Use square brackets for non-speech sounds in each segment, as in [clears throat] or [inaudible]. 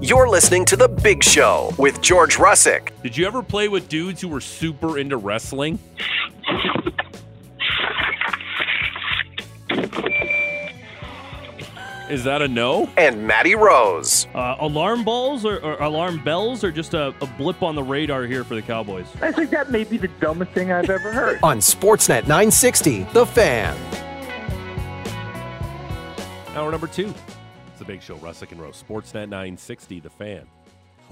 You're listening to The Big Show with George Russick. Did you ever play with dudes who were super into wrestling? Is that a no? and Maddie Rose. Uh, alarm balls or, or alarm bells or just a, a blip on the radar here for the Cowboys? I think that may be the dumbest thing I've ever heard. On Sportsnet 960, The Fan. Hour number two. It's the big show, Russick and Rose. Sportsnet 960, The Fan.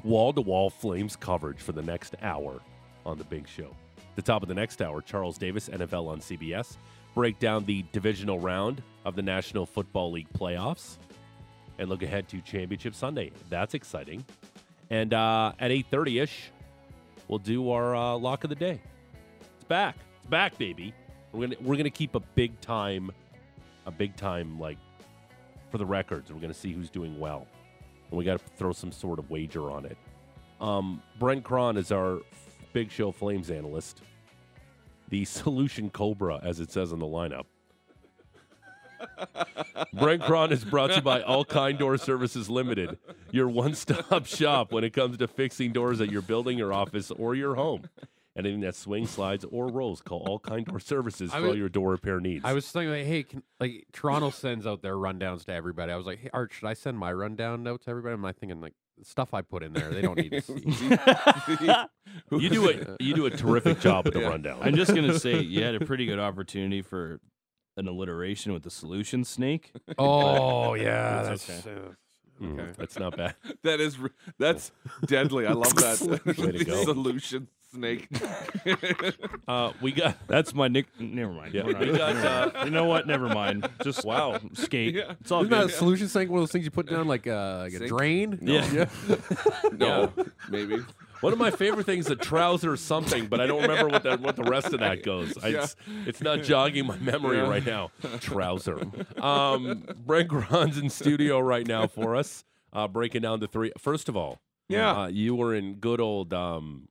Wall to wall Flames coverage for the next hour on The Big Show. The top of the next hour, Charles Davis, NFL on CBS, break down the divisional round of the National Football League playoffs and look ahead to Championship Sunday. That's exciting. And uh, at 8.30ish, we'll do our uh, lock of the day. It's back. It's back, baby. We're gonna we're gonna keep a big time, a big time like for the records. We're going to see who's doing well, and we got to throw some sort of wager on it. Um, Brent Cron is our Big Show Flames analyst, the [laughs] solution Cobra, as it says in the lineup. [laughs] Brent Cron is brought to you by All Kind Door Services Limited, your one-stop [laughs] shop when it comes to fixing doors at your building, your office, or your home. Anything that swings, slides, or rolls, call All Kind Door Services for I all was- your door repair needs. I was thinking, like, hey, can, like Toronto sends out their rundowns to everybody. I was like, hey, Art, should I send my rundown note to everybody? I'm like thinking, like stuff I put in there, they don't need [laughs] to see. [laughs] you do a you do a terrific job with the Yeah. rundown. I'm just gonna say you had a pretty good opportunity for an alliteration with the solution snake. oh yeah, That's that's Mm, okay. That's not bad. That is r- that's deadly. I love that [laughs] Way [laughs] to go. solution snake. Uh, we got That's my nick. Never mind. Yeah. We're not- We got, never mind. you know what? Never mind. Just wow. Skate. Yeah. It's all Isn't that a good. solution sink one of those things you put down like, uh, like a Sink? drain? Yeah. [laughs] No, maybe. one of my favorite things: the trouser something, but I don't remember what that what the rest of that goes. I, it's, it's not jogging my memory Yeah. right now. Trouser. Um, Brent Gron's in studio right now for us, uh, breaking down the three. First of all, Yeah. uh, you were in good old um,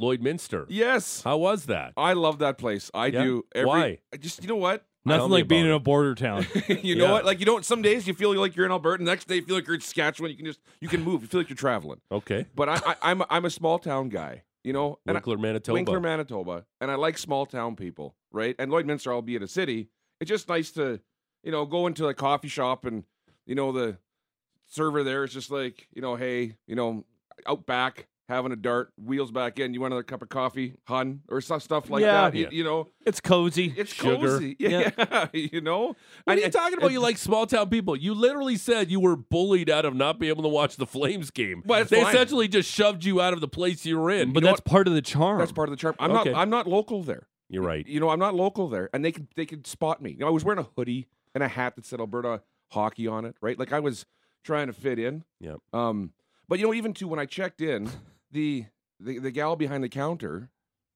Lloydminster. yes. How was that? I love that place. I Yeah? do. Every, Why? I just you know what? [laughs] Tell Nothing me like being about in it. a border town. you know Yeah. what? Like you don't. Some days you feel like you're in Alberta. and The next day you feel like you're in Saskatchewan. You can just you can move. You feel like you're traveling. Okay, But I, I I'm a, I'm a small town guy. You know, and I- Winkler, Manitoba. Winkler, Manitoba, and I like small town people, right? And Lloydminster, albeit a city, it's just nice to, you know, go into a coffee shop and, you know, the server there is just like, you know, hey, you know, out back having a dart, wheels back in, you want another cup of coffee, hun, or stuff, stuff like Yeah. that. You, Yeah. you know, it's cozy. it's Sugar. cozy, [laughs] yeah, you know. What And are you it- talking about? it- You like small town people. You literally said you were bullied out of not being able to watch the Flames game. Well, that's they fine. essentially just shoved you out of the place you were in. But know that's part of the charm. That's part of the charm. I'm Okay. not. I'm not local there. You're right. You know, I'm not local there, and they could they could spot me. You know, I was wearing a hoodie and a hat that said Alberta hockey on it, right? Like I was trying to fit in. Yep. Um, but you know, even too when I checked in, the the, the gal behind the counter,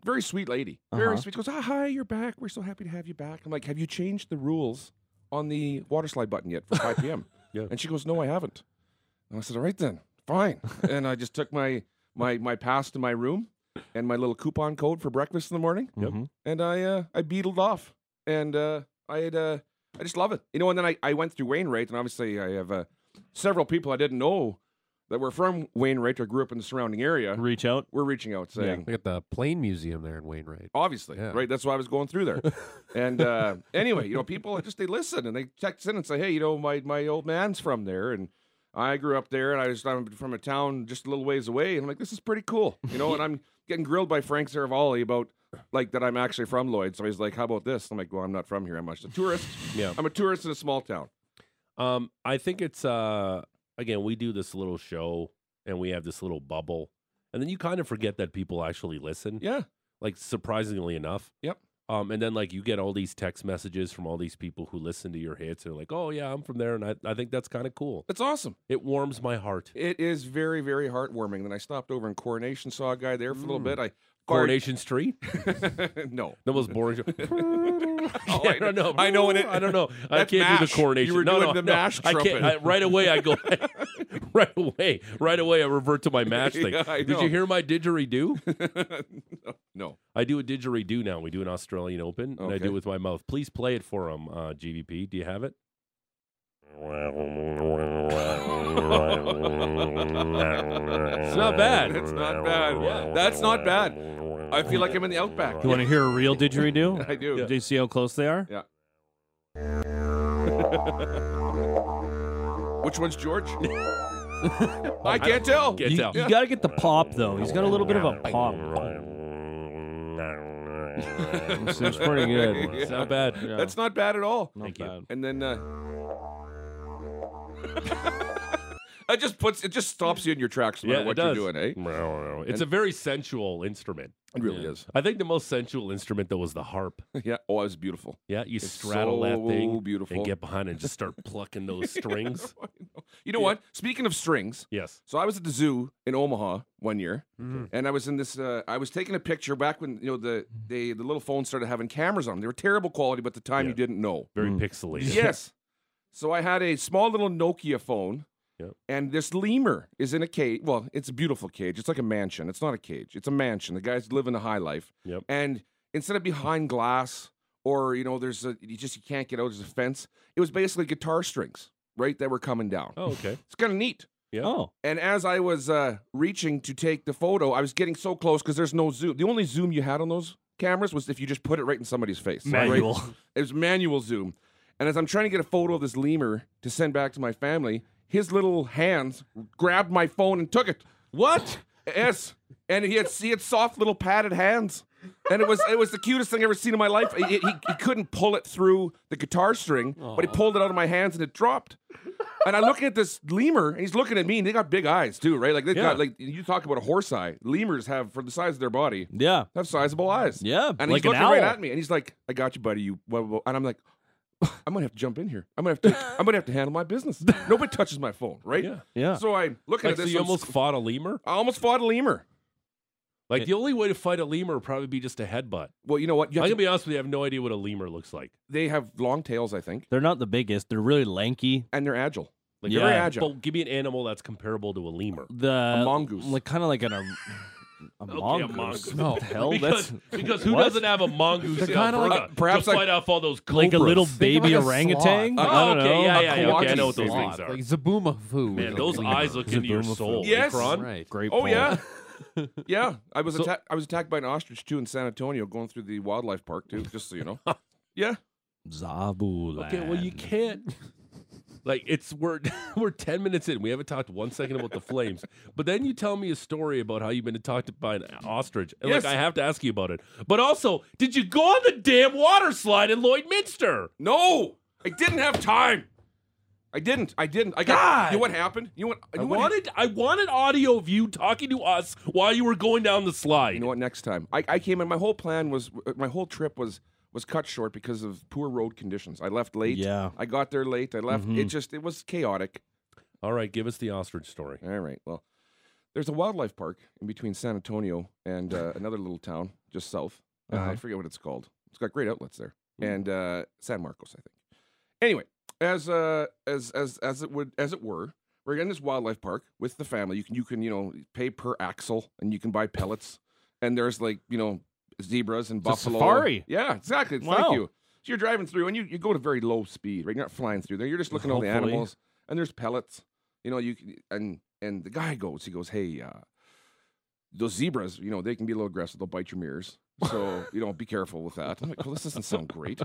very sweet lady, very Uh-huh. sweet, goes, "Ah, hi, you're back. We're so happy to have you back." I'm like, "Have you changed the rules on the water slide button yet for 5 p.m.?" Yeah. And she goes, "No, I haven't." And I said, "All right then, fine." and I just took my my my pass to my room and my little coupon code for breakfast in the morning Mhm. and I uh, I beetled off, and uh, I had uh, I just love it, you know. And then I, I went through Wainwright, and obviously I have uh, several people I didn't know that were from Wainwright or grew up in the surrounding area. Reach out. We're reaching out saying, They got the plane museum there in Wainwright. obviously, Yeah. right? That's why I was going [laughs] through there. and uh, anyway, you know, people just they listen and they text in and say, hey, you know, my my old man's from there, and. I grew up there, and I was I'm from a town just a little ways away, and I'm like, this is pretty cool, you know. and I'm getting grilled by Frank Saravalli about like that I'm actually from Lloyd. So he's like, "How about this?" I'm like, "Well, I'm not from here. I'm just a tourist. Yeah. I'm a tourist in a small town." Um, I think it's uh again, we do this little show and we have this little bubble. And then you kind of forget that people actually listen. Yeah, Like surprisingly enough. Yep. Um, and then like you get all these text messages from all these people who listen to your hits. They're like, Oh yeah, I'm from there and I, I think that's kind of cool. it's awesome. It warms my heart. It is very, very heartwarming. Then I stopped over in Coronation, saw a guy there for a little Mm. bit. I Coronation Street? [laughs] [laughs] no, The most boring show. Oh, [laughs] I don't know. I know, and it, I don't know. I That's can't do the MASH. coronation. You were no, doing no, the no. MASH I can't. I, trumpet. right away, I go. [laughs] right away, right away, I revert to my mash thing. [laughs] Yeah, I Did you know. hear my didgeridoo? no, I do a didgeridoo now. We do an Australian Open, and I do Okay. it with my mouth. Please play it for him, uh, GVP. Do you have it? it's not bad. [laughs] It's not bad. That's not bad. I feel like I'm in the outback. You want to hear a real didgeridoo? [laughs] I do. Do you see how close they [laughs] are? Yeah. Which [laughs] one's George? I can't tell. Can't You, tell. you got to get the pop though. He's got a little bit of a pop. Seems pretty [laughs] good. It's not bad. Yeah. That's not bad at all. not you. bad. And then uh [laughs] It just puts it just stops you in your tracks no matter Yeah, it what does. you're doing, eh? It's a very sensual instrument. It really is. [laughs] I think the most sensual instrument though was the harp. Yeah. Oh, it was beautiful. Yeah, you It's straddle so that thing beautiful. and get behind it and just [laughs] start plucking those strings. You know what? Speaking of strings, Yes. so I was at the zoo in Omaha one year, Mm-hmm. and I was in this. Uh, I was taking a picture back when you know the Mm-hmm. they, the little phones started having cameras on them. They were terrible quality, but at the time Yeah. you didn't know. Very [laughs] pixelated. Mm. Yes. So I had a small little Nokia phone, Yep. and this lemur is in a cage. Well, it's a beautiful cage. It's like a mansion. It's not a cage. It's a mansion. The guy's living a high life. Yep. And instead of behind glass, or you know, there's a you just you can't get out. There's a fence. It was basically guitar strings, right, that were coming down. [laughs] Oh, okay. It's kind of neat. Yeah. Oh, And as I was uh, reaching to take the photo, I was getting so close because there's no zoom. The only zoom you had on those cameras was if you just put it right in somebody's face. right? manual. It was manual zoom. And as I'm trying to get a photo of this lemur to send back to my family, his little hands grabbed my phone and took it. What? Yes. And he had he had soft little padded hands. And it was it was the cutest thing I've ever seen in my life. He, he, he couldn't pull it through the guitar string, but he pulled it out of my hands and it dropped. And I look at this lemur, and he's looking at me, and they got big eyes too, right? Like they Yeah. got like you talk about a horse eye. Lemurs have, for the size of their body, Yeah. have sizable eyes. Yeah, like And he's an looking right owl. at me and he's like, I got you, buddy. You blah, blah, blah." and I'm like, I'm gonna have to jump in here. I'm gonna have to I'm gonna have to handle my business. Nobody touches my phone, right? [laughs] Yeah. Yeah. So I look at Like, this. so you I'm almost sc- fought a lemur? I almost fought a lemur. Like the only way to fight a lemur would probably be just a headbutt. Well, you know what? You I'm gonna have to- be honest with you, I have no idea what a lemur looks like. they have long tails, I think, They're not the biggest. They're really lanky. and they're agile. Like Yeah. They're very agile. But give me an animal that's comparable to a lemur. The A mongoose. Like kind of like an a, [laughs] a mongoose. mongoose. No, [laughs] the hell Because, Oh, that's [laughs] because who What? doesn't have a mongoose in kinda like- Alberta perhaps to like- fight off all those cobras? like a little of baby like a orangutan. sloth. Oh, I don't okay, know. yeah, yeah, yeah, okay, I Kawaki know what those sloth, things are. Like Zabumafu. Man, those eyes look into your soul. Yes. Akron. Right. Great. Oh [laughs] pull. yeah. yeah. I was atta- I was attacked by an ostrich too in San Antonio going through the wildlife park too, just so you [laughs] know. yeah. Zabulan. Okay, well you can't. [laughs] Like it's we're [laughs] we're ten minutes in. We haven't talked one second about the flames, but then you tell me a story about how you've been attacked by an ostrich. And Yes. Like I have to ask you about it. But also, did you go on the damn water slide in Lloydminster? No, I didn't have time. I didn't. I didn't. I got. God. You know what happened? You know what? You I know what- wanted I wanted audio of you talking to us while you were going down the slide. You know what? Next time, I, I came in. My whole plan was, my whole trip was was cut short because of poor road conditions. I left late. Yeah. I got there late. I left. It just it was chaotic. All right, give us the ostrich story. All right. Well, there's a wildlife park in between San Antonio and uh, another little town just south. Uh, I forget what it's called. It's got great outlets there, and uh, San Marcos, I think. Anyway, as uh, as as as it would as it were, we're in this wildlife park with the family. You can you can you know pay per axle, and you can buy pellets. And there's like you know zebras and a buffalo. safari. Yeah, exactly. Wow. Thank you. So you're driving through, and you, you go to very low speed, right? You're not flying through there. You're just looking at all the Hopefully. animals, and there's pellets. You know, you can, and and the guy goes, he goes, hey, uh, those zebras, you know, they can be a little aggressive. They'll bite your mirrors, [laughs] so you know, be careful with that. I'm like, well, this doesn't sound great.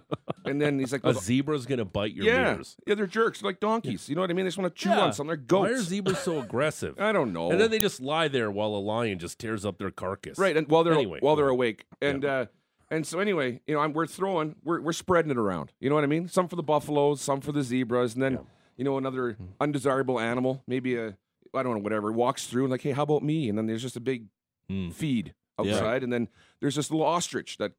And then [laughs] he's like, A well, zebra's gonna bite your yeah, mirrors. yeah, they're jerks, they're like donkeys. You know what I mean? They just want to chew Yeah. on something. They're Why are goats. zebras so aggressive? [laughs] I don't know. And then they just lie there while a lion just tears up their carcass. Right, and while they're Anyway, while they're yeah. awake, and uh, and so anyway, you know, I'm, we're throwing, we're we're spreading it around. You know what I mean? Some for the buffaloes, some for the zebras, and then you know another undesirable animal, maybe a I don't know whatever, walks through and like, hey, how about me? And then there's just a big feed Yeah. outside, and then there's this little ostrich that.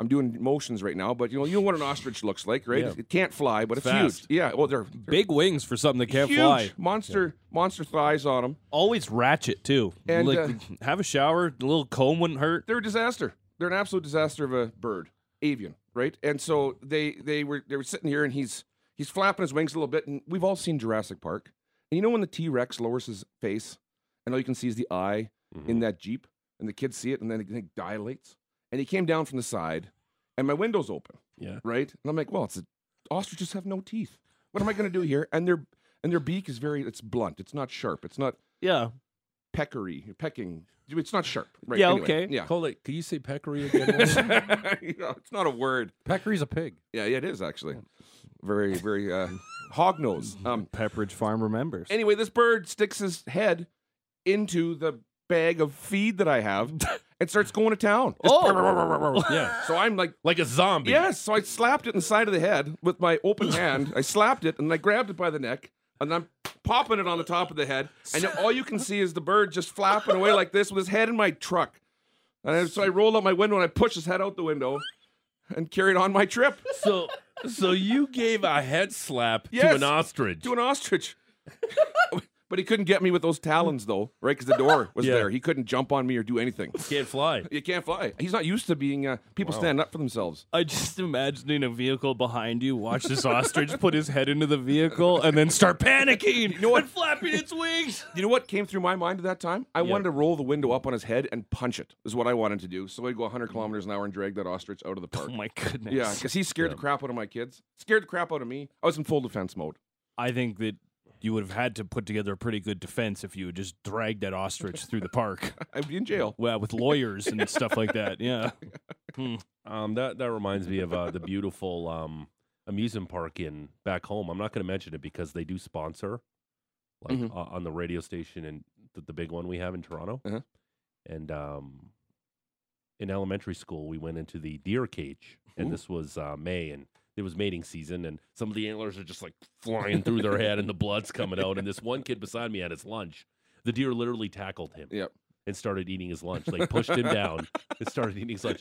I'm doing motions right now, but you know you know what an ostrich looks like, right? Yeah. It can't fly, but it's, fast. huge. Yeah, well, they're, they're Big wings for something that can't huge fly. monster monster thighs on them. Always ratchet too. And, like, uh, have a shower. A little comb wouldn't hurt. they're a disaster. They're an absolute disaster of a bird, avian, right? And so they they were they were sitting here, and he's he's flapping his wings a little bit, and we've all seen Jurassic Park. And you know when the T Rex lowers his face, and all you can see is the eye Mm-hmm. in that jeep, and the kids see it, and then it dilates. And he came down from the side, and my window's open, Yeah. right? And I'm like, well, it's a, ostriches have no teeth. What am I going to do here? And their and their beak is very it's blunt. It's not sharp. It's not Yeah. peckery, pecking. It's not sharp. Right. Yeah, anyway, okay. Yeah. Cole, like, can you say peccary [laughs] again? You know, it's not a word. Peccary's a pig. Yeah, it is actually. Very, very [laughs] uh, hog nose. Um, Pepperidge Farm remembers. anyway, this bird sticks his head into the bag of feed that [laughs] I have and starts going to town. Oh! Just- yeah, So I'm like, like a zombie. yes. So I slapped it in the side of the head with my [laughs] open hand. I slapped it and I grabbed it by the neck and I'm popping it on the top of the head. And all you can see is the bird just flapping away like this with his head in my truck. And I- so I rolled out my window and I pushed his head out the window and carried on my trip So, so you gave a head slap to Yes. an ostrich. to an ostrich. [laughs] but he couldn't get me with those talons though, right? Because the door was Yeah. there. He couldn't jump on me or do anything. Can't fly. You can't fly. He's not used to being uh, people standing up for themselves. I just imagining a vehicle behind you. Watch this ostrich put his head into the vehicle and then start panicking. You know what? And flapping its wings. You know what came through my mind at that time? I wanted to roll the window up on his head and punch it. Is what I wanted to do. So I'd go 100 kilometers an hour and drag that ostrich out of the Oh park. my goodness. yeah, because he scared the crap out of my kids. Scared the crap out of me. I was in full defense mode. [laughs] I think that you would have had to put together a pretty good defense if you had just dragged that ostrich through the [laughs] park. I'd be [laughs] in jail. Well, with lawyers and stuff like that. [laughs] Yeah. Um, that that reminds me of uh, the beautiful um, amusement park in back home. I'm not going to mention it because they do sponsor, like Mhm. uh, on the radio station and the, the big one we have in Toronto. Uh-huh. And um, in elementary school, we went into the deer cage, and this was uh, May, and it was mating season, and some of the antlers are just like flying through their head, and the blood's coming out. And this one kid beside me had his lunch. The deer literally tackled him Yep. and started eating his lunch. Like pushed him down and started eating his [laughs] lunch.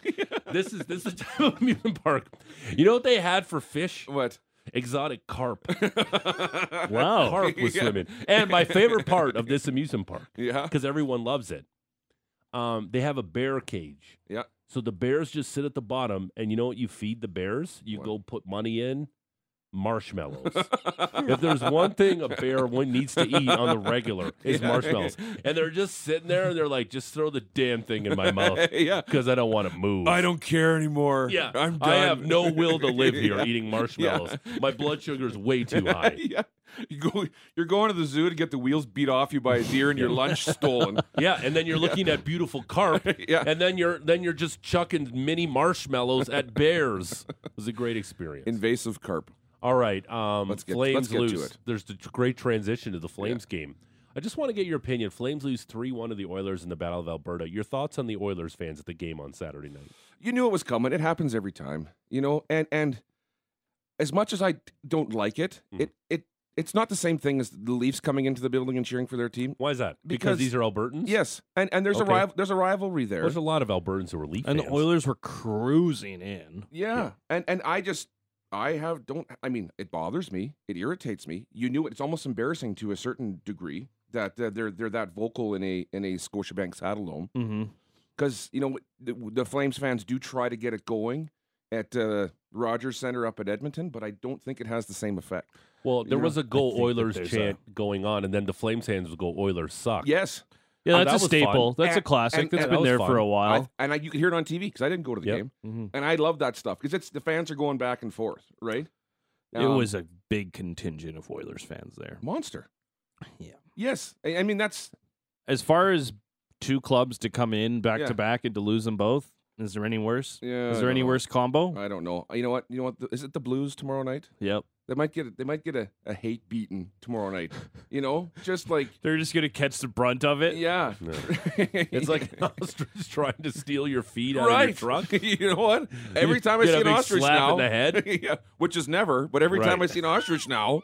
This is this is the type of amusement park. You know what they had for fish? What? [laughs] Exotic carp. [laughs] Wow. Carp was Yeah. swimming. And my favorite part of this amusement park, Yeah. [laughs] because everyone loves it. Um, they have a bear cage. Yeah. So the bears just sit at the bottom, and you know what you feed the bears? You What? go put money in [laughs] marshmallows. if there's one thing a bear one needs to eat on the [laughs] regular is Yeah. marshmallows. And they're just sitting there and they're like, just throw the damn thing in my mouth [laughs] yeah. because I don't want to move. don't care anymore. Yeah, I'm done. I have no will to [laughs] live here Yeah. eating marshmallows. My blood sugar is way too high. [laughs] yeah. You go, you're going to the zoo to get the wheels beat off you by a deer [laughs] and your lunch stolen. Yeah, and then you're looking at beautiful carp, [laughs] Yeah. and then you're then you're just chucking mini marshmallows at bears. It was a great experience. Invasive carp. All right, um, Let's get- Flames let's get to lose. it. There's the tr- great transition to the Flames game. I just want to get your opinion. Flames lose three one to the Oilers in the Battle of Alberta. Your thoughts on the Oilers fans at the game on Saturday night? You knew it was coming. It happens every time, you know. And and as much as I d- don't like it, Mm. it it it's not the same thing as the Leafs coming into the building and cheering for their team. Why is that? Because- these are Albertans. Yes, and and there's Okay. a rival. There's a rivalry there. there's a lot of Albertans who are Leaf And the fans. Oilers were cruising in. yeah. and and I just I have don't. I mean, it bothers me. It irritates me. You knew it. It's almost embarrassing to a certain degree that uh, they're they're that vocal in a in a Scotiabank Saddle Dome. Mm-hmm. because you know the, the Flames fans do try to get it going at uh, Rogers Center up at Edmonton, but I don't think it has the same effect. Well, there know, was a go think that Oilers there's chant going on, and then the Flames fans would go Oilers suck. Yes, Oh, Yeah, that that's was a fun. staple. That's a And- and- classic. That's and- been That there was for fun. a I- while. and I, you could hear it on TV because I didn't go to the Yep. game, Mhm. and I love that stuff because it's the fans are going back and forth, right? it Um, was a big contingent of Oilers fans there. monster. Yeah. Yes, I, I mean that's As far as two clubs to come in back Mm-hmm. Yeah. to back and to lose them both, is there any worse? yeah. is I Uh, there any don't know. worse combo? I don't know. You know what? You know what? The- Is it the Blues tomorrow night? yep. They might get. A, they might get a, a hate beaten tomorrow night. You know, [laughs] just like They're just gonna catch the brunt of it. yeah. [laughs] It's like an ostrich trying to steal your feet out of your truck. [laughs] you know what? Every time I get a see an big ostrich slap now, in the head. [laughs] yeah, which is never, but every time Right. I see an ostrich now,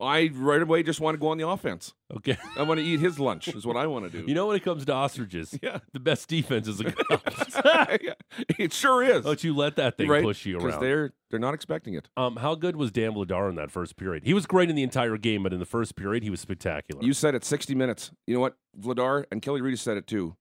I right away just want to go on the offense. Okay. I want to eat his lunch. Is what I want to do. [laughs] [laughs] You know when it comes to ostriches, Yeah. the best defense is a [laughs] good offense. Yeah, it sure is. Don't you let that thing right? Oh, push you 'Cause around. they're they're not expecting it. Um, how good was Dan Vladar in that first period? He was great in the entire game, but in the first period, he was spectacular. You said it. Sixty minutes. You know what? Vladar and Kelly Reedy said it too.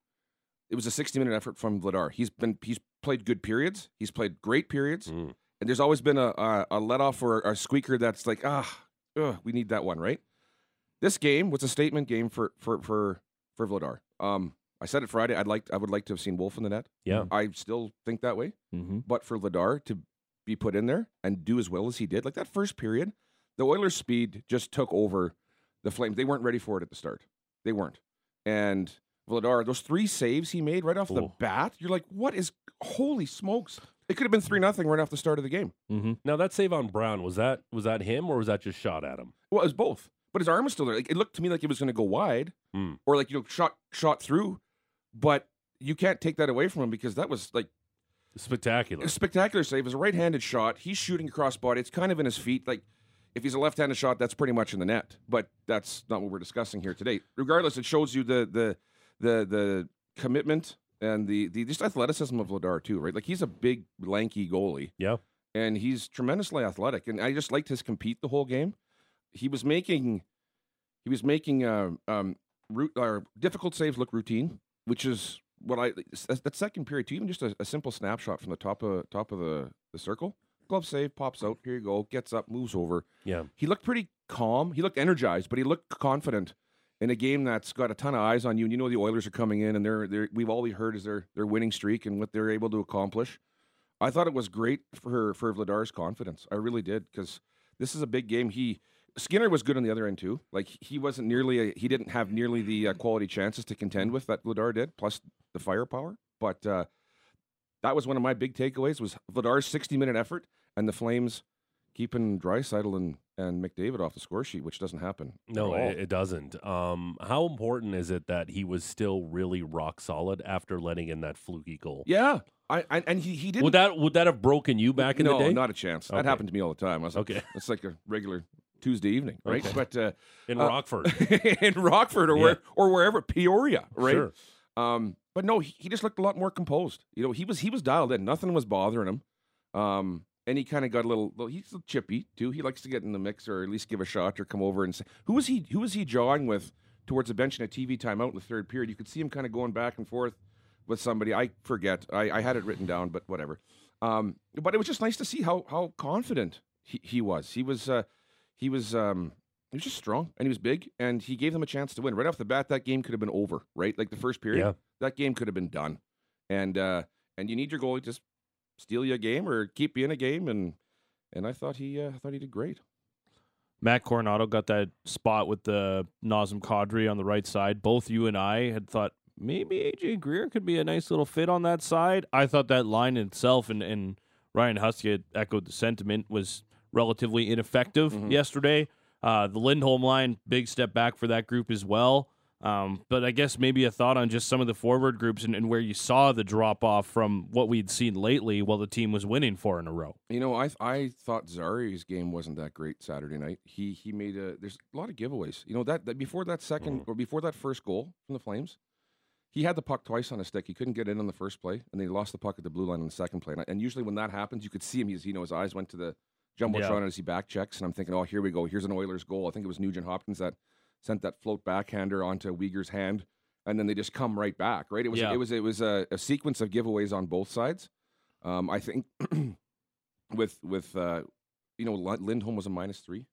It was a sixty-minute effort from Vladar. He's been he's played good periods. He's played great periods. Mm. and there's always been a a, a let off or a squeaker that's like ah ugh, we need that one right this game was a statement game for for for for Vladar um I said it Friday I'd like I would like to have seen Wolf in the net Yeah. I still think that way Mm-hmm. but for Vladar to be put in there and do as well as he did like that first period the Oilers' speed just took over the Flames. They weren't ready for it at the start. They weren't. And Vladar, those three saves he made right off the Ooh. bat, you're like, what is? Holy smokes! It could have been three nothing right off the start of the game. Now that save on Brown was that was that him or was that just shot at him? Well, it was both, but his arm was still there. Like, it looked to me like it was going to go wide, Hmm. or like you know, shot shot through. But you can't take that away from him because that was like Spectacular. a spectacular save. It's a right-handed shot. He's shooting across body. It's kind of in his feet. Like if he's a left-handed shot, that's pretty much in the net. But that's not what we're discussing here today. Regardless, it shows you the the the the commitment and the the just athleticism of Ladar too, right? Like he's a big, lanky goalie Yeah. and he's tremendously athletic. And I just liked his compete the whole game. He was making he was making uh, um, root, or difficult saves look routine, which is what I s- that second period too. Even just a, a simple snapshot from the top of top of the, the circle, glove save pops out. Here you go. Gets up, moves over. Yeah. He looked pretty calm. He looked energized, but he looked confident in a game that's got a ton of eyes on you. And you know the Oilers are coming in, and they're they're we've all we heard is their their winning streak and what they're able to accomplish. I thought it was great for for Vladar's confidence. I really did because this is a big game. He Skinner was good on the other end too. Like he wasn't nearly a, he didn't have nearly the uh, quality chances to contend with that Vladar did. Plus the firepower, but uh, that was one of my big takeaways was Vladar's sixty minute effort and the Flames keeping Drysital and and McDavid off the score sheet, which doesn't happen. at No, all. it, it doesn't. Um, how important is it that he was still really rock solid after letting in that fluky goal? yeah, I, I and he he didn't. Would that would that have broken you back in no, the day? not a chance. That Okay. happened to me all the time. I was like, Okay. it's like a regular Tuesday evening, right? Okay. But uh, [laughs] in uh, Rockford. in Rockford or Yeah. where or wherever Peoria, right? Sure. Um, but no, he, he just looked a lot more composed. You know, he was he was dialed in. Nothing was bothering him. Um, and he kind of got a little. little- He's a little chippy too. He likes to get in the mix or at least give a shot or come over and say, "Who was he? Who was he jawing with towards the bench in a TV timeout in the third period?" You could see him kind of going back and forth with somebody. I forget. I, I had it written down, but whatever. Um, but it was just nice to see how how confident he, he was. He was uh, he was um, he was just strong and he was big and he gave them a chance to win right off the bat. That game could have been over, right? Like the first period, Yeah. that game could have been done. And uh, and you need your goalie to just steal you a game or keep you in a game. And and I thought he uh, I thought he did great. Matt Coronado got that spot with the Nazem Kadri on the right side. Both you and I had thought maybe AJ Greer could be a nice little fit on that side. I thought that line in itself, and, and Ryan Husky had echoed the sentiment, was relatively ineffective yesterday. Uh, the Lindholm line, big step back for that group as well. Um, but I guess maybe a thought on just some of the forward groups and, and where you saw the drop off from what we'd seen lately while the team was winning four in a row. You know, I I thought Zari's game wasn't that great Saturday night. He he made a there's a lot of giveaways. You know that, that before that 2nd or before that first goal from the Flames, he had the puck twice on his stick. He couldn't get in on the first play, and then he lost the puck at the blue line on the second play. And, I- and usually when that happens, you could see him. He's you know his eyes went to the jumbotron as he back checks, and I'm thinking, oh here we go. Here's an Oilers goal. I think it was Nugent Hopkins that sent that float backhander onto Uyghur's hand, and then they just come right back. Right? It was Yeah. it was it was a, a sequence of giveaways on both sides. Um, I think [clears throat] with with uh, you know Lin- Lindholm was a minus three,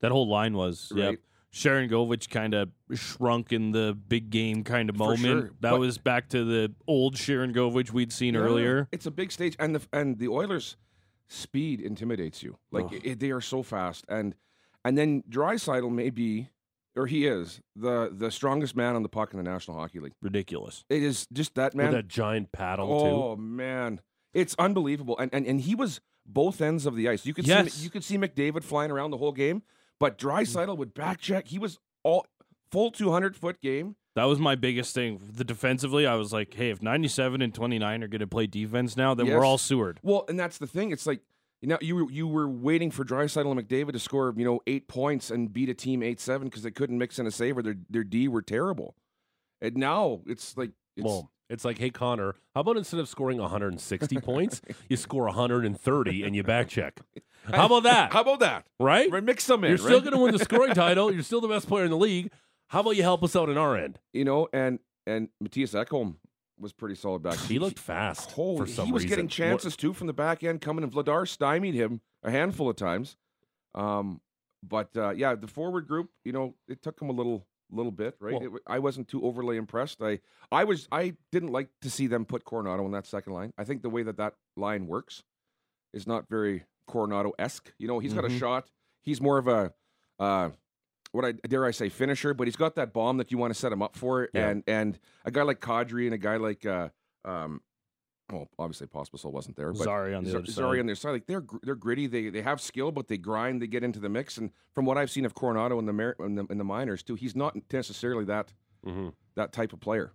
That whole line was. yeah. right? Sharon Govich kind of shrunk in the big game kind of For moment. sure, That but- was back to the old Sharon Govich we'd seen Yeah. earlier. it's a big stage, and the and the Oilers' speed intimidates you. Like Ugh. i they are so fast, and and then Drysidle may be, or he is the the strongest man on the puck in the National Hockey League. Ridiculous. It is just that With man. that giant paddle oh man, it's unbelievable, and and and he was both ends of the ice. You could Yes. see you could see McDavid flying around the whole game, but Mm. Drysidle would back check. He was all full two hundred foot game. That was my biggest thing. The defensively, I was like, hey, if 97 and 29 are going to play defense now, then Yes. we're all Seward. Well, and that's the thing. It's like you know you were you were waiting for Drysdale and McDavid to score you know eight points and beat a team eight seven because they couldn't mix in a save or their their D were terrible. And now it's like too. it's, well, it's like, hey Connor, how about instead of scoring [laughs] 160 points, you score 130 and you back check? How about that? how about that? right? Right, mix them in. You're right? still going to win the [laughs] scoring title. You're still the best player in the league. How about you help us out in our end? you know, and and Matthias Ekholm was pretty solid back. He looked fast Holy, for some he was reason. getting What- chances too from the back end coming, and Vladar stymied him a handful of times. Um, but uh, yeah, the forward group, you know, it took him a little little bit, right? Well- It wa- I wasn't too overly impressed. I I was I didn't like to see them put Coronado on that second line. I think the Mm-hmm. way that that line works is not very Coronado esque. You know, he's got a Mhm. shot. he's more of a uh, what I dare I say finisher, but he's got that bomb that you want to set him up for, Yeah. and and a guy like Kadri and a guy like uh, um, well, obviously Pospisil wasn't there, but Sorry on the Zar- other Zari side. on their side. Like they're gr- they're gritty. They they have skill, but they grind. They get into the mix. And from what I've seen of Coronado in the Mar- in the, in the minors too, he's not necessarily that Mhm. that type of player.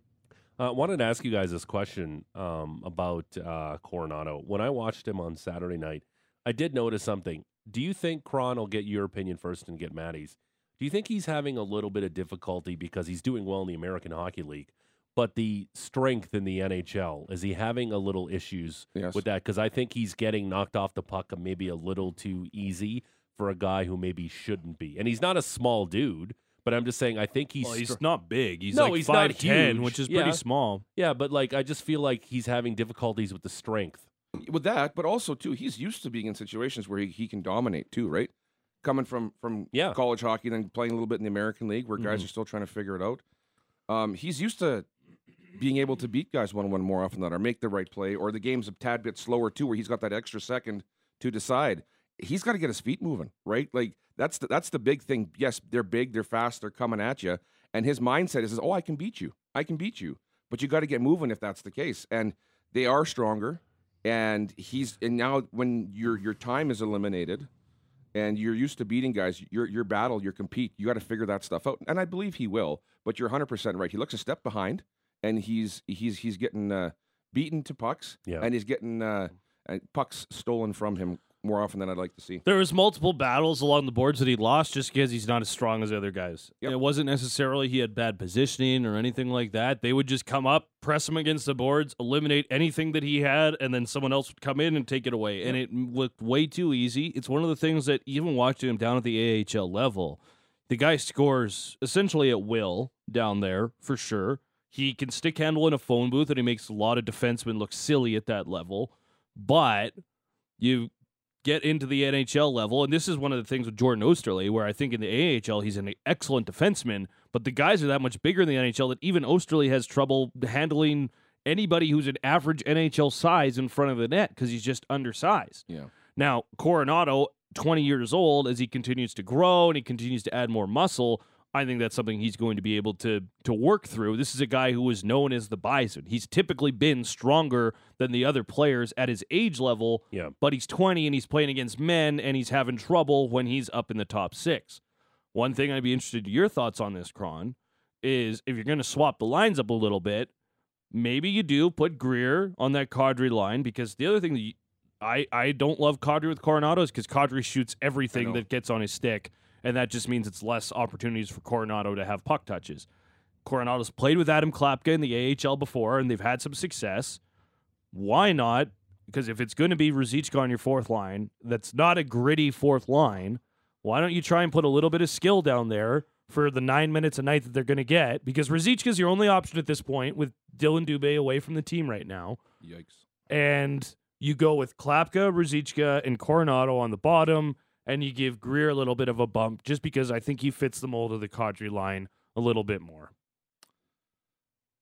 I Uh, wanted to ask you guys this question um, about uh, Coronado. When I watched him on Saturday night, I did notice something. Do you think Cron will get your opinion first and get Maddie's? Do you think he's having a little bit of difficulty because he's doing well in the American Hockey League, but the strength in the NHL is he having a little issues Yes. with that? Because I think he's getting knocked off the puck maybe a little too easy for a guy who maybe shouldn't be. And he's not a small dude, but I'm just saying I think he's Well, str- he's not big. He's No, like he's not 5'10", huge. which is Yeah. pretty small. yeah, but like I just feel like he's having difficulties with the strength. with that, but also too, he's used to being in situations where he, he can dominate too, right? Coming from from Yeah. college hockey, then playing a little bit in the American League, where guys are still trying to figure it out. Um, he's used to being able to beat guys one on one more often than or make the right play, or the game's a tad bit slower too, where he's got that extra second to decide. He's got to get his feet moving, right? Like that's the, that's the big thing. Yes, they're big, they're fast, they're coming at you, and his mindset is, "Oh, I can beat you, I can beat you," but you got to get moving if that's the case. And they are stronger, and he's and now when your your time is eliminated, and you're used to beating guys, your your battle, your compete, you got to figure that stuff out. And I believe he will, but you're 100% right. He looks a step behind and he's he's he's getting uh, beaten to pucks Yeah. and he's getting uh, uh, pucks stolen from him more often than I'd like to see. There was multiple battles along the boards that he lost just because he's not as strong as the other guys. Yep. It wasn't necessarily he had bad positioning or anything like that. They would just come up, press him against the boards, eliminate anything that he had, and then someone else would come in and take it away. And it m- looked way too easy. It's one of the things that even watching him down at the AHL level, the guy scores essentially at will down there for sure. He can stick handle in a phone booth, and he makes a lot of defensemen look silly at that level. But you get into the NHL level, and this is one of the things with Jordan Osterley, where I think in the AHL he's an excellent defenseman, but the guys are that much bigger in the NHL that even Osterley has trouble handling anybody who's an average NHL size in front of the net because he's just undersized. Yeah. Now Coronado, 20 years old, as he continues to grow and he continues to add more muscle. I think that's something he's going to be able to to work through. This is a guy who was known as the Bison. He's typically been stronger than the other players at his age level, Yeah. but he's 20 and he's playing against men and he's having trouble when he's up in the top six. One thing I'd be interested in your thoughts on this, Cron, is if you're going to swap the lines up a little bit, maybe you do put Greer on that Cadre line because the other thing that you, I, I don't love Cadre with Coronado is because Cadre shoots everything that gets on his stick, and that just means it's less opportunities for Coronado to have puck touches. Coronado's played with Adam Klapka in the AHL before, and they've had some success. Why not? Because if it's going to be Ruzicka on your fourth line, that's not a gritty fourth line. Why don't you try and put a little bit of skill down there for the nine minutes a night that they're going to get? Because Ruzicka's your only option at this point with Dylan Dubé away from the team right now Yikes. and you go with Klapka, Ruzicka, and Coronado on the bottom, and you give Greer a little bit of a bump just because I think he fits the mold of the Cadre line a little bit more.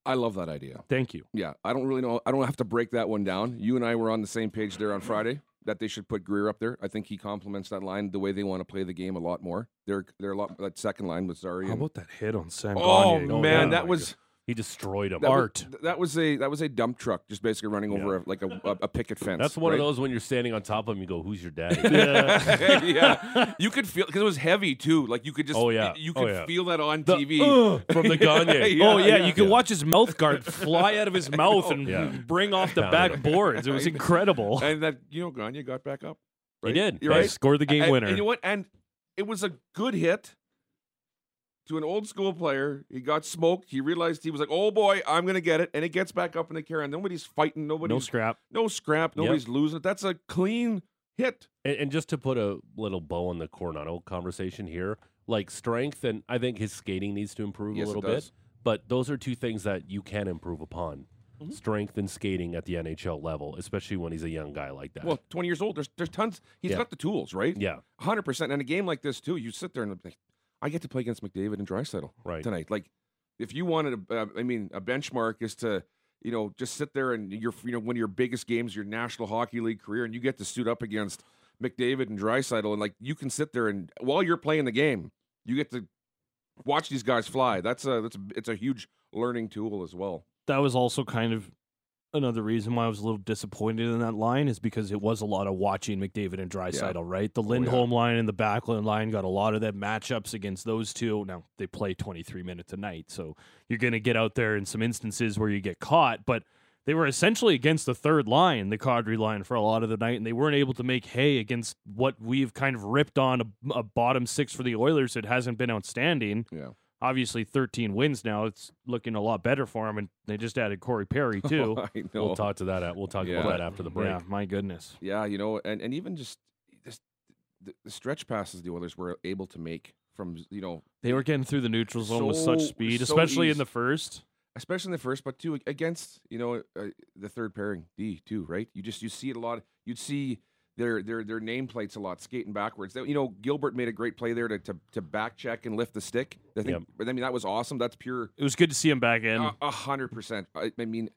I love that idea. Thank you. Yeah, I don't really know. I don't have to break that one down. You and I were on the same page there on Friday that they should put Greer up there. I think he complements that line the way they want to play the game a lot more. They're they're a lot that second line um, with Zari. and- that hit on San oh Oh, man, yeah. that was. He destroyed him. That was- Art. th- that was a that was a dump truck, just basically running over a, like a, a, a picket fence. That's one right? of those when you're standing on top of him, you go, "Who's your daddy?" [laughs] [laughs] yeah, you could feel because it was heavy too. Like you could just Oh, yeah. you Oh, could yeah. feel that on The- TV. Ugh. From [laughs] the Gagne. Yeah, oh yeah, yeah. you can watch his mouth guard fly out of [laughs] his mouth and Yeah. bring off the Found back it. boards. It was incredible. and that you know, Gagne got back up. He right? did. You're right. Score the game and, winner. And you know what? And it was a good hit to an old school player. He got smoked. He realized he was like, "Oh boy, I'm gonna get it," and it gets back up in the care. And nobody's fighting. Nobody's no scrap. no scrap. Nobody's losing it. That's a clean hit. And, and just to put a little bow on the Coronado conversation here, like strength, and I think his skating needs to improve a Yes, it little does. bit. But those are two things that you can improve upon: Mm-hmm. strength and skating at the NHL level, especially when he's a young guy like that. Well, 20 years old. There's there's tons. He's Yeah. got the tools, right? yeah, hundred percent. And a game like this too, you sit there and like, I get to play against McDavid and Drysaddle right. tonight. Like, if you wanted, a, uh, I mean, a benchmark is to you know just sit there and you're you know one of your biggest games, your National Hockey League career, and you get to suit up against McDavid and Drysidle, and like you can sit there and while you're playing the game, you get to watch these guys fly. That's a that's a, it's a huge learning tool as well. [laughs] that was also kind of another reason why I was a little disappointed in that line is because it was a lot of watching McDavid and Drysaitel, right? Oh, The Lindholm line and the backline line got a lot of that matchups against those two. Now they play 23 minutes a night, so you're going to get out there in some instances where you get caught, but they were essentially against the third line, the Cadre line, for a lot of the night, and they weren't able to make hay against what we've kind of ripped on a, a bottom six for the Oilers. It hasn't been outstanding Yeah. obviously 13 wins now. It's looking a lot better for him, and they just added Corey Perry too. I know. We'll talk to that. At, we'll talk Yeah. about that after the break. yeah, my goodness. Yeah, you know, and, and even just this, the, the stretch passes the Oilers were able to make from you know, They were getting through the neutral zone with such So- speed, so especially in easy. the first. especially in the first, but two against you know uh, the third pairing D too, right? You just you see it a lot. You'd see their their their nameplates a lot skating backwards. They- You know, Gilbert made a great play there to to, to back check and lift the stick. I think, but I mean that was awesome. That's pure It was good to see him back in. A- A hundred percent. I, I mean,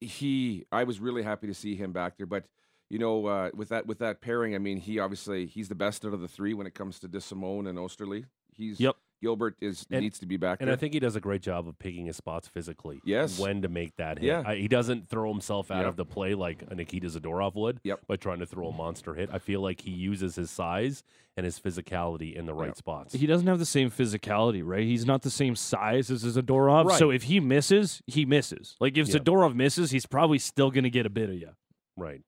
he. I was really happy to see him back there, but you know, uh, with that with that pairing, I mean, he obviously he's the best out of the three when it comes to DeSimone and Osterley. He's Yep. Gilbert is And- needs to be back And there. I think he does a great job of picking his spots physically. Yes. When to make that hit. Yeah. I, he doesn't throw himself out Yep. of the play like a Nikita Zadorov would Yep. by trying to throw a monster hit. I feel like he uses his size and his physicality in the right spots. He doesn't have the same physicality, right? He's not the same size as Zadorov. Right. So if he misses, he misses. Like if Yeah. Zadorov misses, he's probably still going to get a bit of you. right.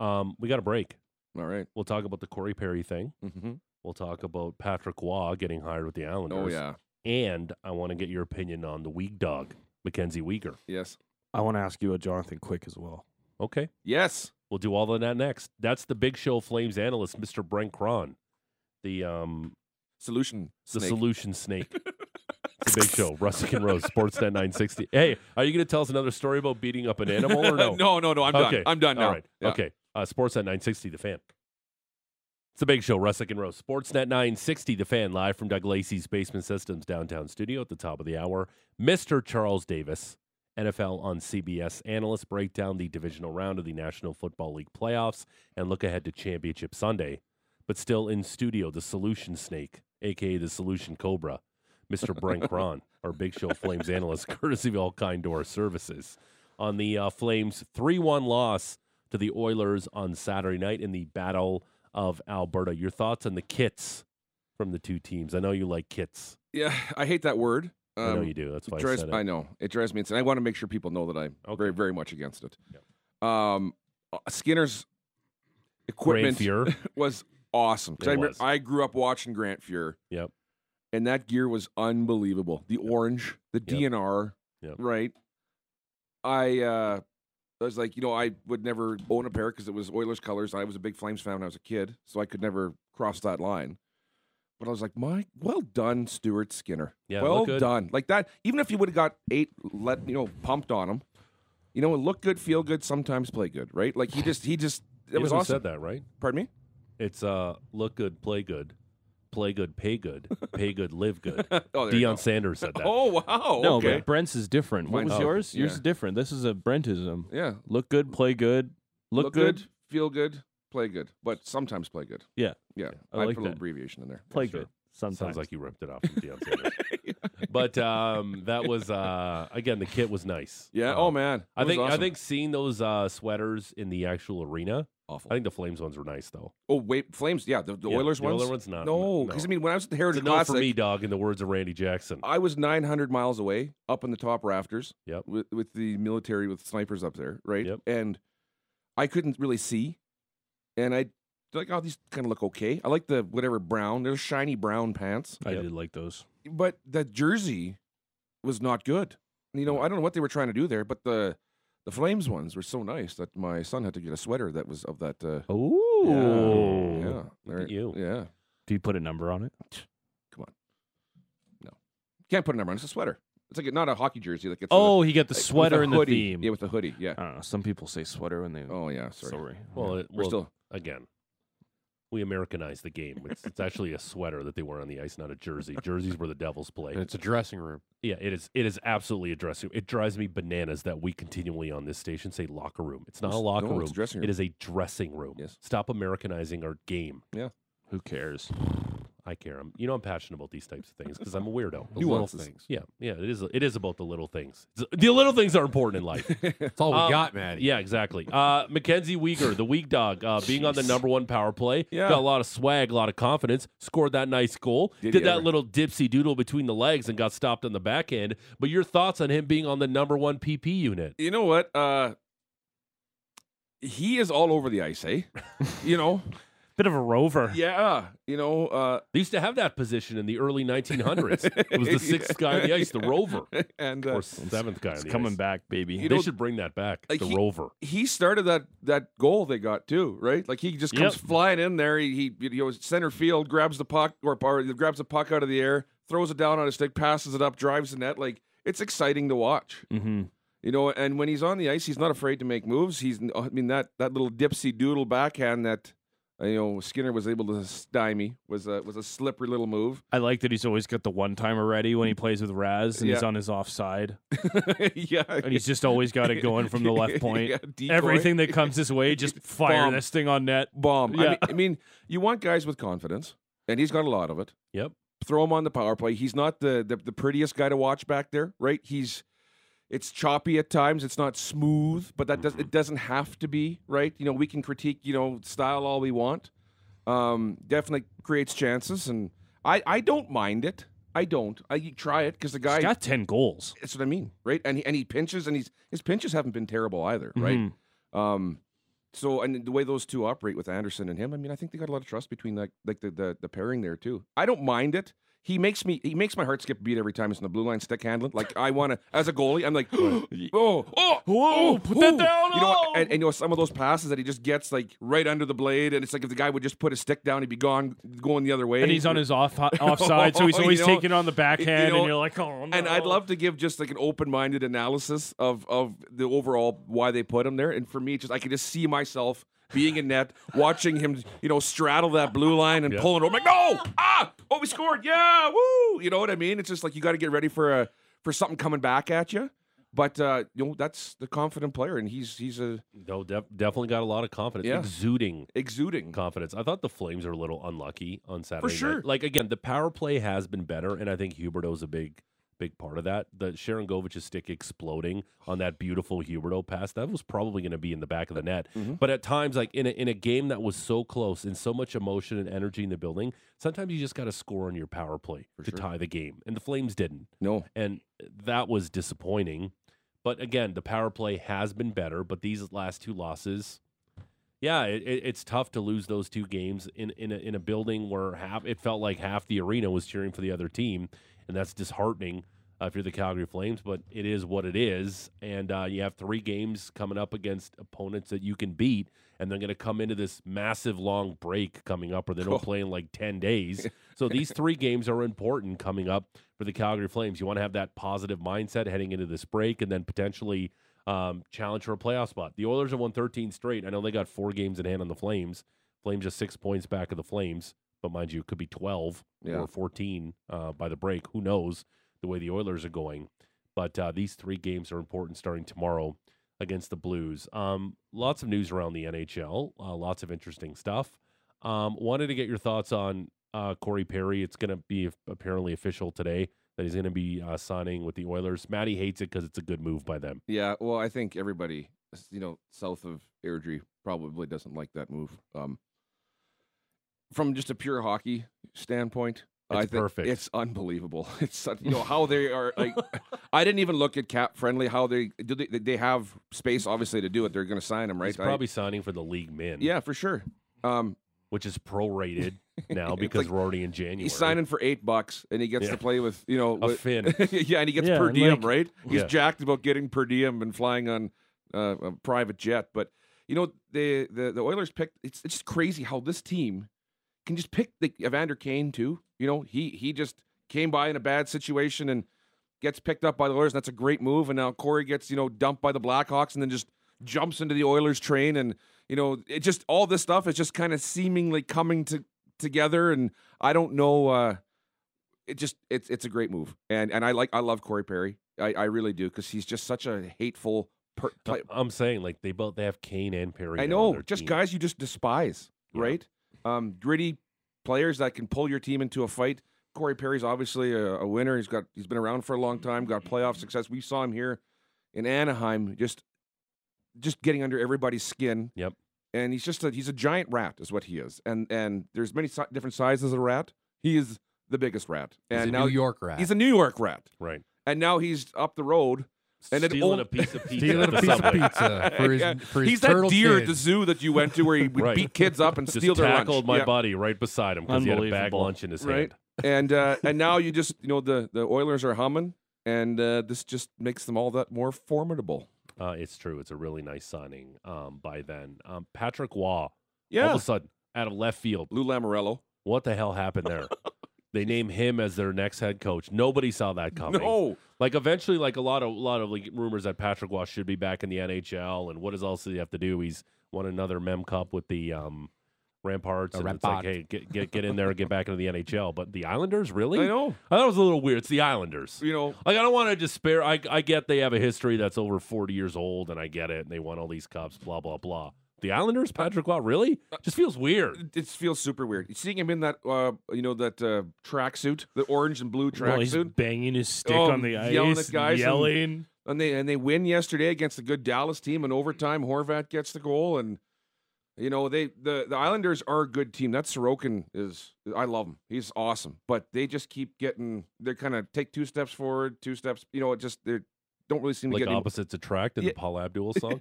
Um, we got a break. All right. We'll talk about the Corey Perry thing. Mm-hmm. We'll talk about Patrick Waugh getting hired with the Islanders. Oh yeah. And I want to get your opinion on the weak dog, Mackenzie Weegar. Yes. I want to ask you a Jonathan Quick as well. Okay. Yes. We'll do all of that next. That's the Big Show Flames analyst, Mr. Brent Cron, the um Solution. the snake. solution snake. It's the Big Show, Russick and Rose, Sportsnet 960. Hey, are you going to tell us another story about beating up an [laughs] animal or [laughs] [laughs] no? no, no, no. I'm Okay. done. I'm done now. All right. Yeah. Okay. Uh, Sportsnet 960, the fan. It's the Big Show, Russick and Rose. Sportsnet 960, the fan, live from Doug Lacey's Basement Systems downtown studio at the top of the hour. Mr. Charles Davis, NFL on CBS analyst, break down the divisional round of the National Football League playoffs and look ahead to Championship Sunday. But still in studio, the Solution Snake, aka the Solution Cobra, Mr. Brent [laughs] Cron, our Big Show Flames analyst, [laughs] courtesy of All Kind Door Services, on the uh, Flames 3 1 loss to the Oilers on Saturday night in the Battle of Alberta. Your thoughts on the kits from the two teams? I know you like kits. Yeah. I hate that word. I know Um, you do. That's why I drives, said it. I know it drives me insane. I want to make sure people know that I'm very, very much against it. Um, uh, Skinner's Grand equipment Fear. [laughs] was awesome. 'Cause It I, remember- was. I grew up watching Grant Fuhr. Yep. And that gear was unbelievable. The orange, the DNR, Yep. right? I uh, I was like, you know, I would never own a pair because it was Oilers colors. I was a big Flames fan when I was a kid, so I could never cross that line. But I was like, my well done, Stuart Skinner. Yeah, it well looked good. done. Like that, even if you would have got eight, let you know, pumped on him. You know, look good, feel good, sometimes play good, right? Like he just, he just, it You was know who awesome. said that, right? Pardon me. It's uh, look good, play good, play good, pay good, pay good, live good. Oh, [laughs] there you Deion go. Sanders said that. Oh wow. No, okay. but Brent's is different. What Mine's was up. yours? Yours Yeah. is different. This is a Brentism. yeah. Look good, play good. Look, good, feel good, play good, but sometimes play good. Yeah. Yeah. I I, like put a little that. abbreviation in there. play Sure. good. Sometimes. Sounds like you ripped it off from [laughs] Deion Sanders. but um, that was uh, again the kit was nice. Yeah. Um, Oh man. I It was think I awesome. think seeing those uh, sweaters in the actual arena. awful. I think the Flames ones were nice though. oh wait, Flames. Yeah, the, the Yeah, Oilers the ones. Oiler ones not. no, no. because I mean, when I was at the It's a Heritage no Classic, Uh, for me, dog. In the words of Randy Jackson. I was 900 miles away, up in the top rafters. Yep. With, with the military, with snipers up there, right? Yep. And I couldn't really see, and I like, oh, these kind of look okay. I like the whatever brown. They're shiny brown pants. I did like those. but the jersey was not good. You know, I don't know what they were trying to do there, but the the Flames ones were so nice that my son had to get a sweater that was of that. Uh, Oh, Ooh. yeah, yeah, there- at you. yeah. Do you put a number on it? Can't put a number on. it, It's a sweater. It's like not a hockey jersey. Like it's Oh, he got the a, like, with a sweater and the hoodie. theme. Yeah, with the hoodie. Yeah. I don't know. Some people say sweater when they. Oh yeah. Sorry. sorry. Well, it, We're well, still again, We Americanized the game. It's, it's actually a sweater that they wear on the ice, not a jersey. Jerseys where the Devils play. And it's a dressing room. Yeah, it is. It is absolutely a dressing. It drives me bananas that we continually on this station say locker room. It's not a It's- locker no, room. it's a dressing It room. is a dressing room. Yes. Stop Americanizing our game. Who cares? I care. I'm, you know, I'm passionate about these types of things because I'm a weirdo. The little [laughs] Nuances. things. Yeah, yeah. It is. It is about the little things. It's- the little things are important in life. That's all we Um, got, Maddie. yeah, exactly. Uh, Mackenzie Weegar, the weak dog, uh, being on the number one power play, Yeah. got a lot of swag, a lot of confidence. Scored that nice goal. Did he that ever. little dipsy doodle between the legs and got stopped on the back end. But your thoughts on him being on the number one PP unit? You know what? Uh, he is all over the [laughs] ice, eh? you know? Bit of a rover. Yeah. You know, uh, [laughs] They used to have that position in the early 1900s. it was the sixth guy on the ice, the [laughs] rover, and uh, or seventh guy on It's the coming ice. back, baby. You they know- should bring that back. Like, the he- rover. he started that that goal they got too, right? Like he just comes flying in there. He, he you know center field grabs the puck or, or grabs the puck out of the air, throws it down on his stick, passes it up, drives the net. Like it's exciting to watch, mm-hmm. you know. And when he's on the ice, he's not afraid to make moves. He's uh, I mean that that little dipsy doodle backhand that uh, you know Skinner was able to stymie was a was a slippery little move. [laughs] I like that he's always got the one timer ready when he plays with Raz and he's Yeah. on his offside. yeah, And he's just always got it going from the [laughs] left point. [laughs] Yeah, decoy. Everything that [laughs] comes his way, just fire Bomb. this thing on net. bomb. I, Yeah. mean, I mean, you want guys with confidence, and he's got a lot of it. Yep. Throw him on the power play. He's not the the, the prettiest guy to watch back there, right? He's it's choppy at times. It's not smooth, but that does it doesn't have to be, right? You know, we can critique you know style all we want. Um, definitely creates chances, and I I don't mind it. I don't. I you try it because the guy. He's got 10 goals. that's what I mean, right? And he, and he pinches, and he's his pinches haven't been terrible either, right? Mhm. Um, so and the way those two operate with Anderson and him, I mean, I think they got a lot of trust between like like the the, the pairing there too. I don't mind it. He makes me he makes my heart skip a beat every time it's in the blue line stick handling. Like I want to as a goalie, I'm like, oh, [gasps] oh, whoa, put that down, You know, what? oh. and, and you know some of those passes that he just gets like right under the blade, and it's like if the guy would just put his stick down, he'd be gone going the other way. And he's on his [laughs] off offside, so he's You always know, taking on the backhand, know, and you're like, oh no. And I'd love to give just like an open-minded analysis of of the overall why they put him there. And for me, it's just I could just see myself being in net, [laughs] watching him, you know, straddle that blue line and Yeah. pulling over. I'm like, no, ah, oh, we scored, yeah, woo. You know what I mean? It's just like you got to get ready for a for something coming back at you. But uh, you know, that's the confident player, and he's he's uh, a No, def- definitely got a lot of confidence, Yeah. exuding exuding. confidence. I thought the Flames are a little unlucky on Saturday. night. sure. Like again, the power play has been better, and I think Huberto's a big, big part of that. The Sharon Govich's stick exploding on that beautiful Huberto pass that was probably going to be in the back of the net. Mhm. But at times, like in a, in a game that was so close and so much emotion and energy in the building, sometimes you just got to score on your power play to sure. tie the game, and the Flames didn't No, and that was disappointing. But again, the power play has been better. But these last two losses, yeah, it, it, it's tough to lose those two games in in a, in a building where half it felt like half the arena was cheering for the other team, and that's disheartening uh, if you're the Calgary Flames. But it is what it is, and uh, you have three games coming up against opponents that you can beat, and they're going to come into this massive long break coming up, where they don't play in like ten days. So these three games are important coming up for the Calgary Flames. You want to have that positive mindset heading into this break, and then potentially um, challenge for a playoff spot. The Oilers have won 13 straight. I know they got four games in hand on the Flames. Flames just six points back of the Flames, but mind you, it could be 12 Yeah. or 14 uh, by the break. Who knows the way the Oilers are going? But uh, these three games are important starting tomorrow against the Blues. Um, lots of news around the NHL. Uh, lots of interesting stuff. Um, wanted to get your thoughts on uh, Corey Perry. It's going to be apparently official today that he's going to be uh, signing with the Oilers. Maddie hates it because it's a good move by them. Yeah, well, I think everybody, s- you know, south of Airdrie probably doesn't like that move. Um, from just a pure hockey standpoint, I It's think perfect. it's unbelievable. [laughs] It's such, you know how they [laughs] are like. I didn't even look at cap friendly. How they do they they have space obviously to do it. They're going to sign him, right? He's I- probably signing for the league min, yeah, for sure. Um, which is prorated now [laughs] It's because like we're already in January. he's signing for eight bucks, and he gets Yeah. to play with you know a with, [laughs] fin. yeah, and he gets Yeah, per and, diem, like- right? He's Yeah. jacked about getting per diem and flying on uh, a private jet. But you know, the the, the Oilers picked. It's it's just crazy how this team can just pick the Evander Kane too. You know, he he just came by in a bad situation and gets picked up by the Oilers. And that's a great move. And now Corey gets you know dumped by the Blackhawks and then just jumps into the Oilers train, and you know, it just all this stuff is just kind of seemingly coming to together, and I don't know. Uh, it just it's it's a great move, and and I like I love Corey Perry, I, I really do, because he's just such a hateful. Per, play, I'm saying like they both they have Kane and Perry. now I on know, their just team. guys you just despise, Yeah. right? Um, gritty players that can pull your team into a fight. Corey Perry's obviously a, a winner. He's got he's been around for a long time. Got playoff success. We saw him here in Anaheim, just just getting under everybody's skin. Yep. And he's just a, he's a giant rat, is what he is. And and there's many si- different sizes of rat. He is the biggest rat. And He's a now New York rat. he's a New York rat. Right. And now he's up the road And it stealing all- a piece [laughs] of pizza. Stealing at the a piece of subway. pizza for his, Yeah. [laughs] for his he's that turtle deer at the kids. zoo that you went to where he would Right. beat kids up and Just steal their tackled lunch. my Yeah. buddy right beside him because he had a bag Unbelievable. lunch in his Right. hand. [laughs] and uh, and now you just you know the the Oilers are humming, and uh, this just makes them all that more formidable. Uh, it's true. It's a really nice signing. Um, by then, um, Patrick Waugh, all Yeah, of a sudden, out of left field, Lou Lamorello. what the hell happened there? [laughs] they name him as their next head coach. Nobody saw that coming. No, Like eventually, like a lot of lot of like rumors that Patrick Waugh should be back in the NHL, and what does else he have to do? He's won another Mem Cup with the um, Ramparts, The and it's like, Rampart. hey, get get get in there and get back into the NHL. But the [laughs] Islanders, really? I know. I thought it was a little weird. It's the Islanders. You know, Like I don't want to despair. I I get they have a history that's over forty years old, and I get it. And they won all these cups. Blah blah blah. The Islanders, Patrick Waugh, really? Uh, Just feels weird. it- it feels super weird seeing him in that uh, you know that uh, tracksuit, the orange and blue Well, he's tracksuit, banging his stick Oh, on the ice, yelling at guys and- yelling. and they and they win yesterday against a good Dallas team in overtime. Horvat gets the goal, and you know they the the Islanders are a good team. That Sorokin is I love him. He's awesome, but they just keep getting they kind of take two steps forward, two steps. You know, it just they don't really seem to Like get any- opposites attract in Yeah. the Paul [laughs] Abdul song.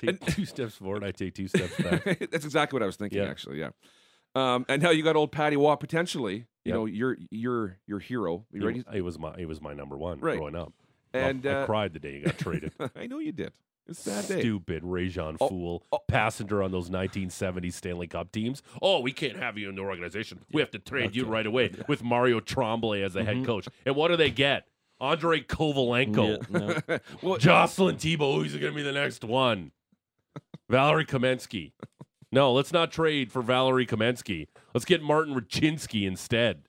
take And- two steps forward, I take two steps back. That's exactly what I was thinking, Yeah. actually. Yeah. Um, and now you got old Patty Waugh potentially. You Yeah. know, your your your hero. [laughs] You He- ready? He was my he was my number one Right. growing up. Well, And I uh, cried the day he got traded. [laughs] I know you did. It's a sad day. Stupid Rajon Oh, fool, oh. passenger on those 1970s Stanley Cup teams. Oh, we can't have you in the organization. We have to trade you right [laughs] away with Mario Tremblay as the Mm-hmm. head coach. And what do they get? Andre Kovalenko, Yeah, no. [laughs] Well, Jocelyn Tebow. Who's going to be the next one? Valerie Kamensky. No, let's not trade for Valerie Kamensky. Let's get Martin Rachinsky instead.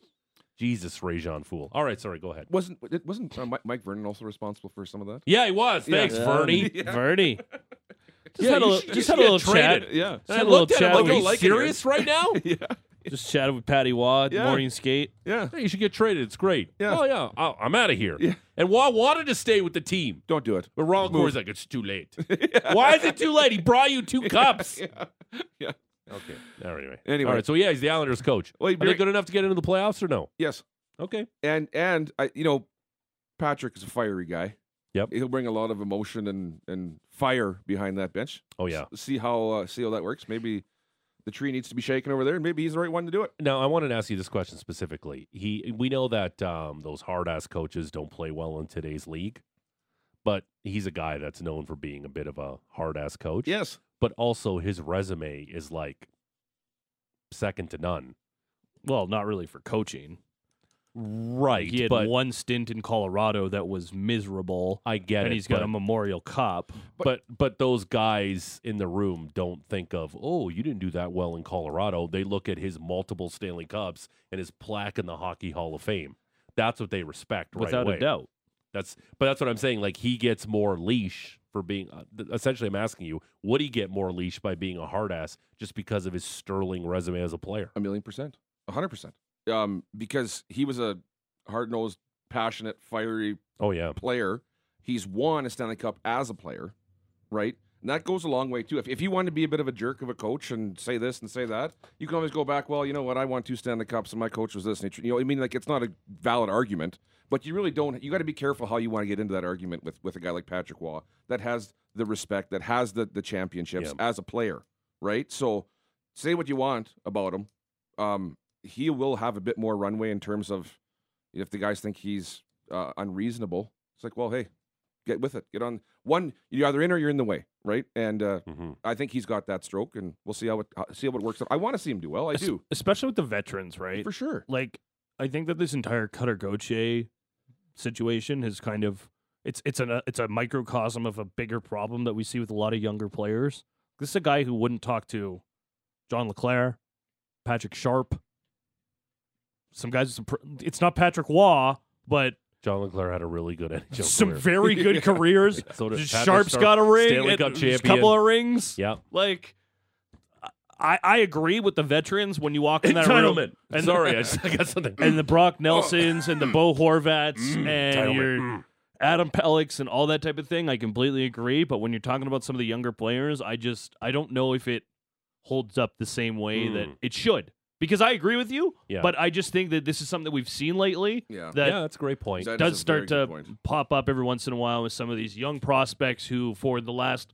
Jesus, Rajon fool. All right, sorry, go ahead. wasn't it wasn't uh, Mi- Mike Vernon also responsible for some of that? Yeah, he was. Yeah. Thanks, Vernie. Um, [laughs] Verdi. Just Yeah, had you a little, should- you just should had a get little chat. traded. Yeah. Just had a little looked at him chat. like, with- "Are you serious right now? [laughs] Yeah. [laughs] Just chatted with Patty Waugh, at Yeah. morning skate. Yeah. Hey, you should get traded. It's great. Yeah. Oh yeah, I, I'm out of here. Yeah. And Wah wanted to stay with the team, Don't [laughs] do it. but Ron Core's like, it's too [laughs] late. Why is it too late? He brought you two cups. Yeah. Okay. All right, anyway. Anyway. All right. So yeah, he's the Islanders coach. Well, he Are they very- good enough to get into the playoffs or no? Yes. Okay. And and I you know, Patrick is a fiery guy. Yep. He'll bring a lot of emotion and and fire behind that bench. Oh yeah. See how uh, see how that works. Maybe the tree needs to be shaken over there, and maybe he's the right one to do it. Now I wanted to ask you this question specifically. He, we know that um, those hard ass coaches don't play well in today's league, but he's a guy that's known for being a bit of a hard ass coach. Yes. But also his resume is like second to none. Well, not really for coaching. Right. He had but one stint in Colorado that was miserable, I get and it. he's got but, a Memorial Cup. but but those guys in the room don't think of, oh, you didn't do that well in Colorado. They look at his multiple Stanley Cups and his plaque in the Hockey Hall of Fame. That's what they respect right without away. a doubt. That's but that's what I'm saying. Like he gets more leash for being. uh, th- Essentially, I'm asking you, would he get more leash by being a hard ass just because of his sterling resume as a player? A million percent. A hundred percent. Um, because he was a hard nosed, passionate, fiery Oh yeah, player. He's won a Stanley Cup as a player, right? And that goes a long way too. If, if you want to be a bit of a jerk of a coach and say this and say that, you can always go back. Well, you know what? I won two Stanley Cups, and my coach was this. And he tr- you know, I mean, like it's not a valid argument, but you really don't. You got to be careful how you want to get into that argument with with a guy like Patrick Waugh that has the respect, that has the the championships as a player, right? So say what you want about him. Um, he will have a bit more runway in terms of if the guys think he's uh, unreasonable. It's like, well, hey, get with it. Get on one. You're either in or you're in the way, right? And uh, hmm I think he's got that stroke, and we'll see how it how, see how it works out. I want to see him do well. I Es- do especially with the veterans, right? for sure. Like, I think that this entire Cutter Goche situation has kind of It's it's an uh, it's a microcosm of a bigger problem that we see with a lot of younger players. This is a guy who wouldn't talk to John Leclaire, Patrick Sharp, some guys. with Some pr- it's not Patrick Waugh, but John Leclerc had a really good NHL some career. [laughs] very good careers. So did Patrick Sharp's Sharp, got a ring, Stanley and Cup there's champion. a couple of [laughs] rings. yeah. Like, I I agree with the veterans when you [laughs] walk in that room. And- Sorry, I, just, I got something. and the Mm. Brock Oh. Nelsons and the Bo Horvats and entitlement. Mm. your Adam Pelix and all that type of thing. I completely agree, but when you're talking about some of the younger players, I just I don't know if it holds up the same way that Mm. it should. Because I agree with you, Yeah. but I just think that this is something that we've seen lately Yeah. that yeah, that's a great point. That does is a start very to good point. pop up every once in a while with some of these young prospects who, for the last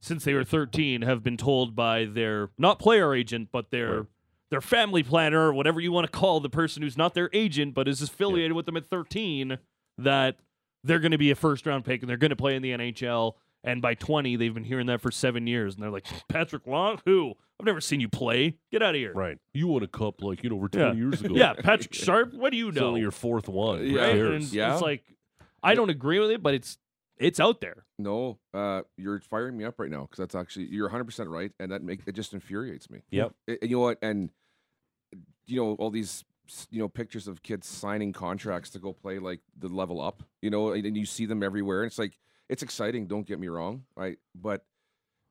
since they were 13, have been told by their not player agent, but their Right. their family planner, or whatever you want to call the person who's not their agent but is affiliated with them at 13, that they're going to be a first round pick and they're going to play in the NHL. And by 20, they've been hearing that for seven years, and they're like, Patrick Long, who? I've never seen you play. Get out of here. Right. You won a cup like, you know, over 10 Yeah. years ago. Yeah, Patrick Sharp. What do you It's know? only your fourth one. Who Yeah. right? cares? And Yeah. it's like I don't agree with it, but it's it's out there. No, uh, you're firing me up right now because that's actually you're 100 percent right, and that make it just infuriates me. Yep. A- And you know what? And you know all these s- you know pictures of kids signing contracts to go play like the level up. You know, and, and you see them everywhere. And it's like it's exciting. Don't get me wrong, right? But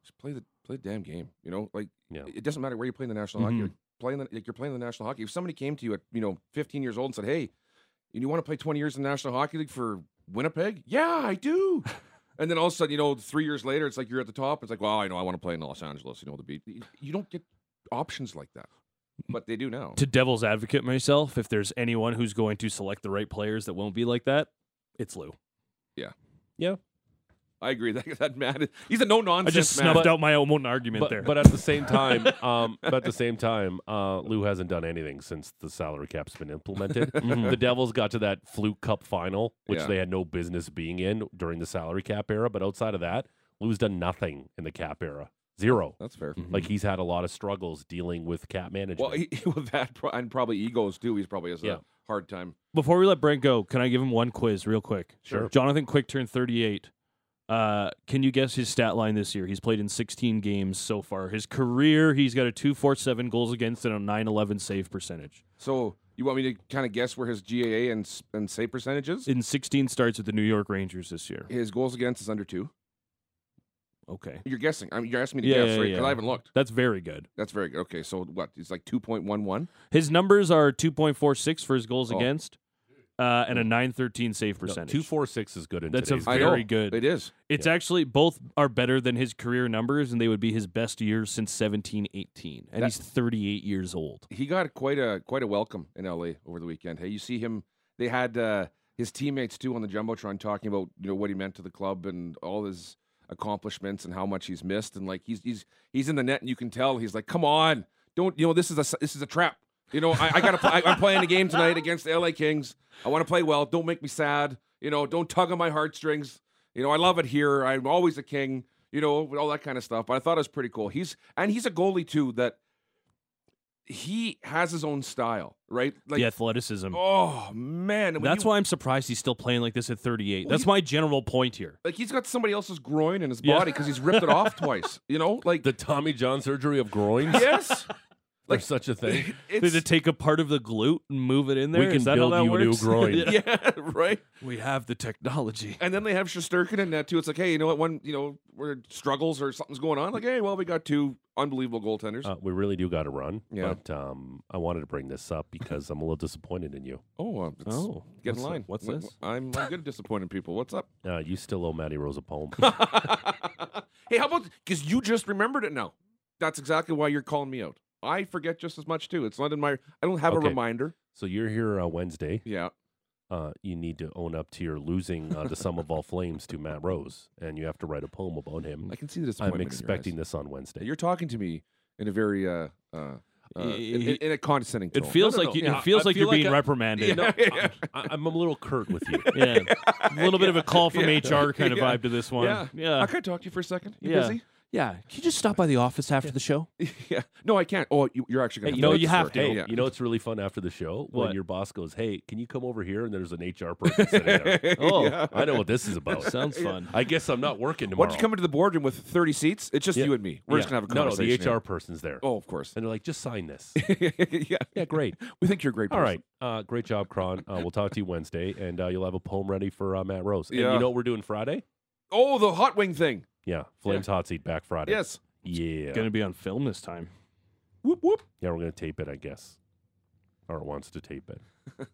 just play the play the damn game. You know, like Yeah. Mm-hmm. it doesn't matter where you play in the national hockey. Mhm. Like, playing the, like you're playing in the national hockey. If somebody came to you at you know 15 years old and said, "Hey, you want to play 20 years in the National Hockey League for Winnipeg?" Yeah, [laughs] I do. And then all of a sudden, you know, three years later, it's like you're at the top. It's like, well, I know I want to play in Los Angeles. You know, the beat. You don't get options like that, but they do now. To devil's advocate myself, if there's anyone who's going to select the right players that won't be like that, it's Lou. I agree that [laughs] that Matt, he's a no I nonsense. just man. snuffed out my own argument But, there. but at the same [laughs] time, um, but at the same time, uh, Lou hasn't done anything since the salary cap's been [laughs] implemented. The Devils got to that fluke cup final, which Yeah. they had no business being in during the salary cap era. But outside of that, Lou's done nothing in the cap era. Zero. That's fair. Mm-hmm. Like he's had a lot of struggles dealing with cap management. Well, he, [laughs] well, that pro- and probably egos too. He's probably has Yeah. a hard time. Before we let Brent go, can I give him one quiz real quick? Sure. Jonathan Quick turned 38. Uh, can you guess his stat line this year? He's played in 16 games so far. His career, he's got a 247 goals against and a 911 save percentage. So you want me to kind of guess where his GAA and s- and save percentages? In 16 starts with the New York Rangers this year. His goals against is under two. Okay. You're guessing. I mean, you're asking me to Yeah, guess, yeah, right? Because yeah. I haven't looked. That's very good. That's very good. Okay, so what? It's like two point one one. His numbers are 2.46 for his goals Oh. against uh, and a 913 save No, percentage. two four six is good in That's a today's I game. know. Very good. It is. it's actually both are better than his career numbers, and they would be his best years since 17 18. And That- he's 38 years old. He got quite a quite a welcome in LA over the weekend. Hey, you see him? They had uh, his teammates too on the jumbotron talking about you know what he meant to the club and all his accomplishments and how much he's missed and like he's he's he's in the net and you can tell he's like, come on, don't you know this is a s- this is a trap. You know, I, I gotta. Play, I'm playing a game tonight against the LA Kings. I want to play well. Don't make me sad. You know, don't tug on my heartstrings. You know, I love it here. I'm always a king. You know, all that kind of stuff. But I thought it was pretty cool. He's and he's a goalie too. That he has his own style, right? Like, the athleticism. oh man, when That's you- why I'm surprised he's still playing like this at 38. Well, That's you- my general point here. Like he's got somebody else's groin in his Yeah. body because he's ripped it off twice. You know, like The Tommy John surgery of groins. [laughs] [laughs] yes, [laughs] There's such a thing. They had to it's take a part of the glute and move it in there. We can Is that how build that you a new works? [laughs] groin. Yeah. [laughs] yeah, right. We have the technology. And then they have Shosturkin in that too. It's like, hey, you know what? One, you know, where struggles or something's going on. Like, hey, well, we got two unbelievable goaltenders. Oh. Uh, we really do got to run. Yeah. But um, I wanted to bring this up because I'm a little disappointed in you. oh, uh, it's- Oh, get what's in the- line. what's Wh- this? wh- I'm, I'm good at disappointing people. What's up? Uh, you still owe Matty Rose a [laughs] poem. [laughs] hey, how about because you just remembered it now? That's exactly why you're calling me out. I forget just as much too. It's not in my. I don't have Okay. a reminder. so you're here uh, Wednesday. Yeah. Uh, you need to own up to your losing uh, the sum of all flames to Matt Rose, and you have to write a poem about him. I can see the Hmm. I'm disappointment. in your expecting eyes. this on Wednesday. You're talking to me in a very uh, uh, uh, in, in- He- in a condescending tone. It feels no, like no. you, Yeah, it feels I like feel you're like being I- reprimanded. No, I, I'm a little curt with [laughs] you. Yeah. A little bit of a call from HR kind of Yeah. vibe to this one. Yeah. Yeah. Uh, I could talk to you for a second. You Yeah. busy? Yeah, can you just stop by the office after the show? [laughs] yeah. No, I can't. Oh, you, you're actually Hey, going you know, you it's- have hey, to. Yeah. You know, it's really fun after the show when What? your boss goes, "Hey, can you come over here?" And there's an HR person sitting [laughs] there. Oh, Yeah. I know what this is [laughs] about. Sounds fun. I guess I'm not working Why tomorrow. don't you come into the boardroom with 30 seats? It's just Yeah. you and me. We're Yeah. just going to have a conversation. No, no, the [laughs] here. HR person's there, Oh, of course. [laughs] and they're like, "Just sign this." yeah. yeah, great. We think you're a great. All person. right, uh, great job, Kron. Uh, we'll talk to you Wednesday, and uh, you'll have a poem ready for uh, Matt Rose. And Yeah. you know what we're doing Friday? Oh, the hot wing thing. Yeah, Flames Hot Seat back Friday. Yes. Yeah. Going to be on film this time. Whoop whoop. yeah, we're gonna tape it, I guess. Or it wants to tape it.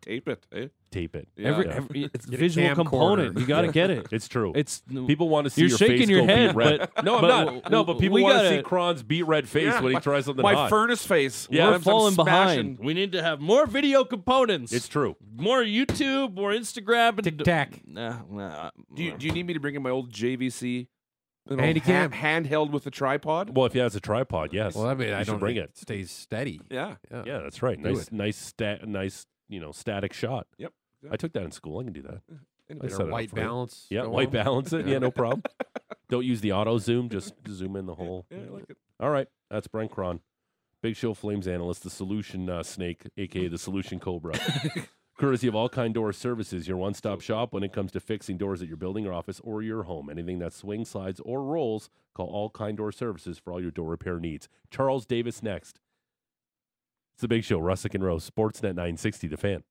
Tape it. Eh? Tape it. Yeah. Every, Yeah. every it's visual camcorder. component. You got to Yeah. get [laughs] it. It's true. It's people want to see You're your shaking face your go beat head, red. but- no, I'm but not. w- No, but people we want to gotta- see Kron's beat red face Yeah, when he my- tries something My hot. furnace face. Yeah. we're I'm- I'm falling smashing- behind. We need to have more video components. it's true. more YouTube, more Instagram, and Tic Tac. Nah, nah, Do you, do you need me to bring in my old JVC? you know, Handy ha- cam. handheld with a tripod. Well, if he has a tripod, yes. Well, I mean, You I should don't bring think it. Stays steady. Yeah. yeah, that's right. Do Nice, it. nice, stat, nice. You know, static shot. Yep. I took that in school. I can do that. Anyway, I Better set it up white for you. balance. Yeah, going white on. balance it. Yeah, no [laughs] problem. Don't use the auto zoom. Just zoom in the whole. yeah, I like it. All right, that's Brent Cron, Big Show Flames analyst, the solution uh, snake, aka the solution [laughs] cobra. Courtesy of All Kind Door Services, your one stop shop when it comes to fixing doors at your building or office or your home. Anything that swings, slides, or rolls, call All Kind Door Services for all your door repair needs. Charles Davis next. It's the Big Show, Russick and Rose, Sportsnet 960, The Fan.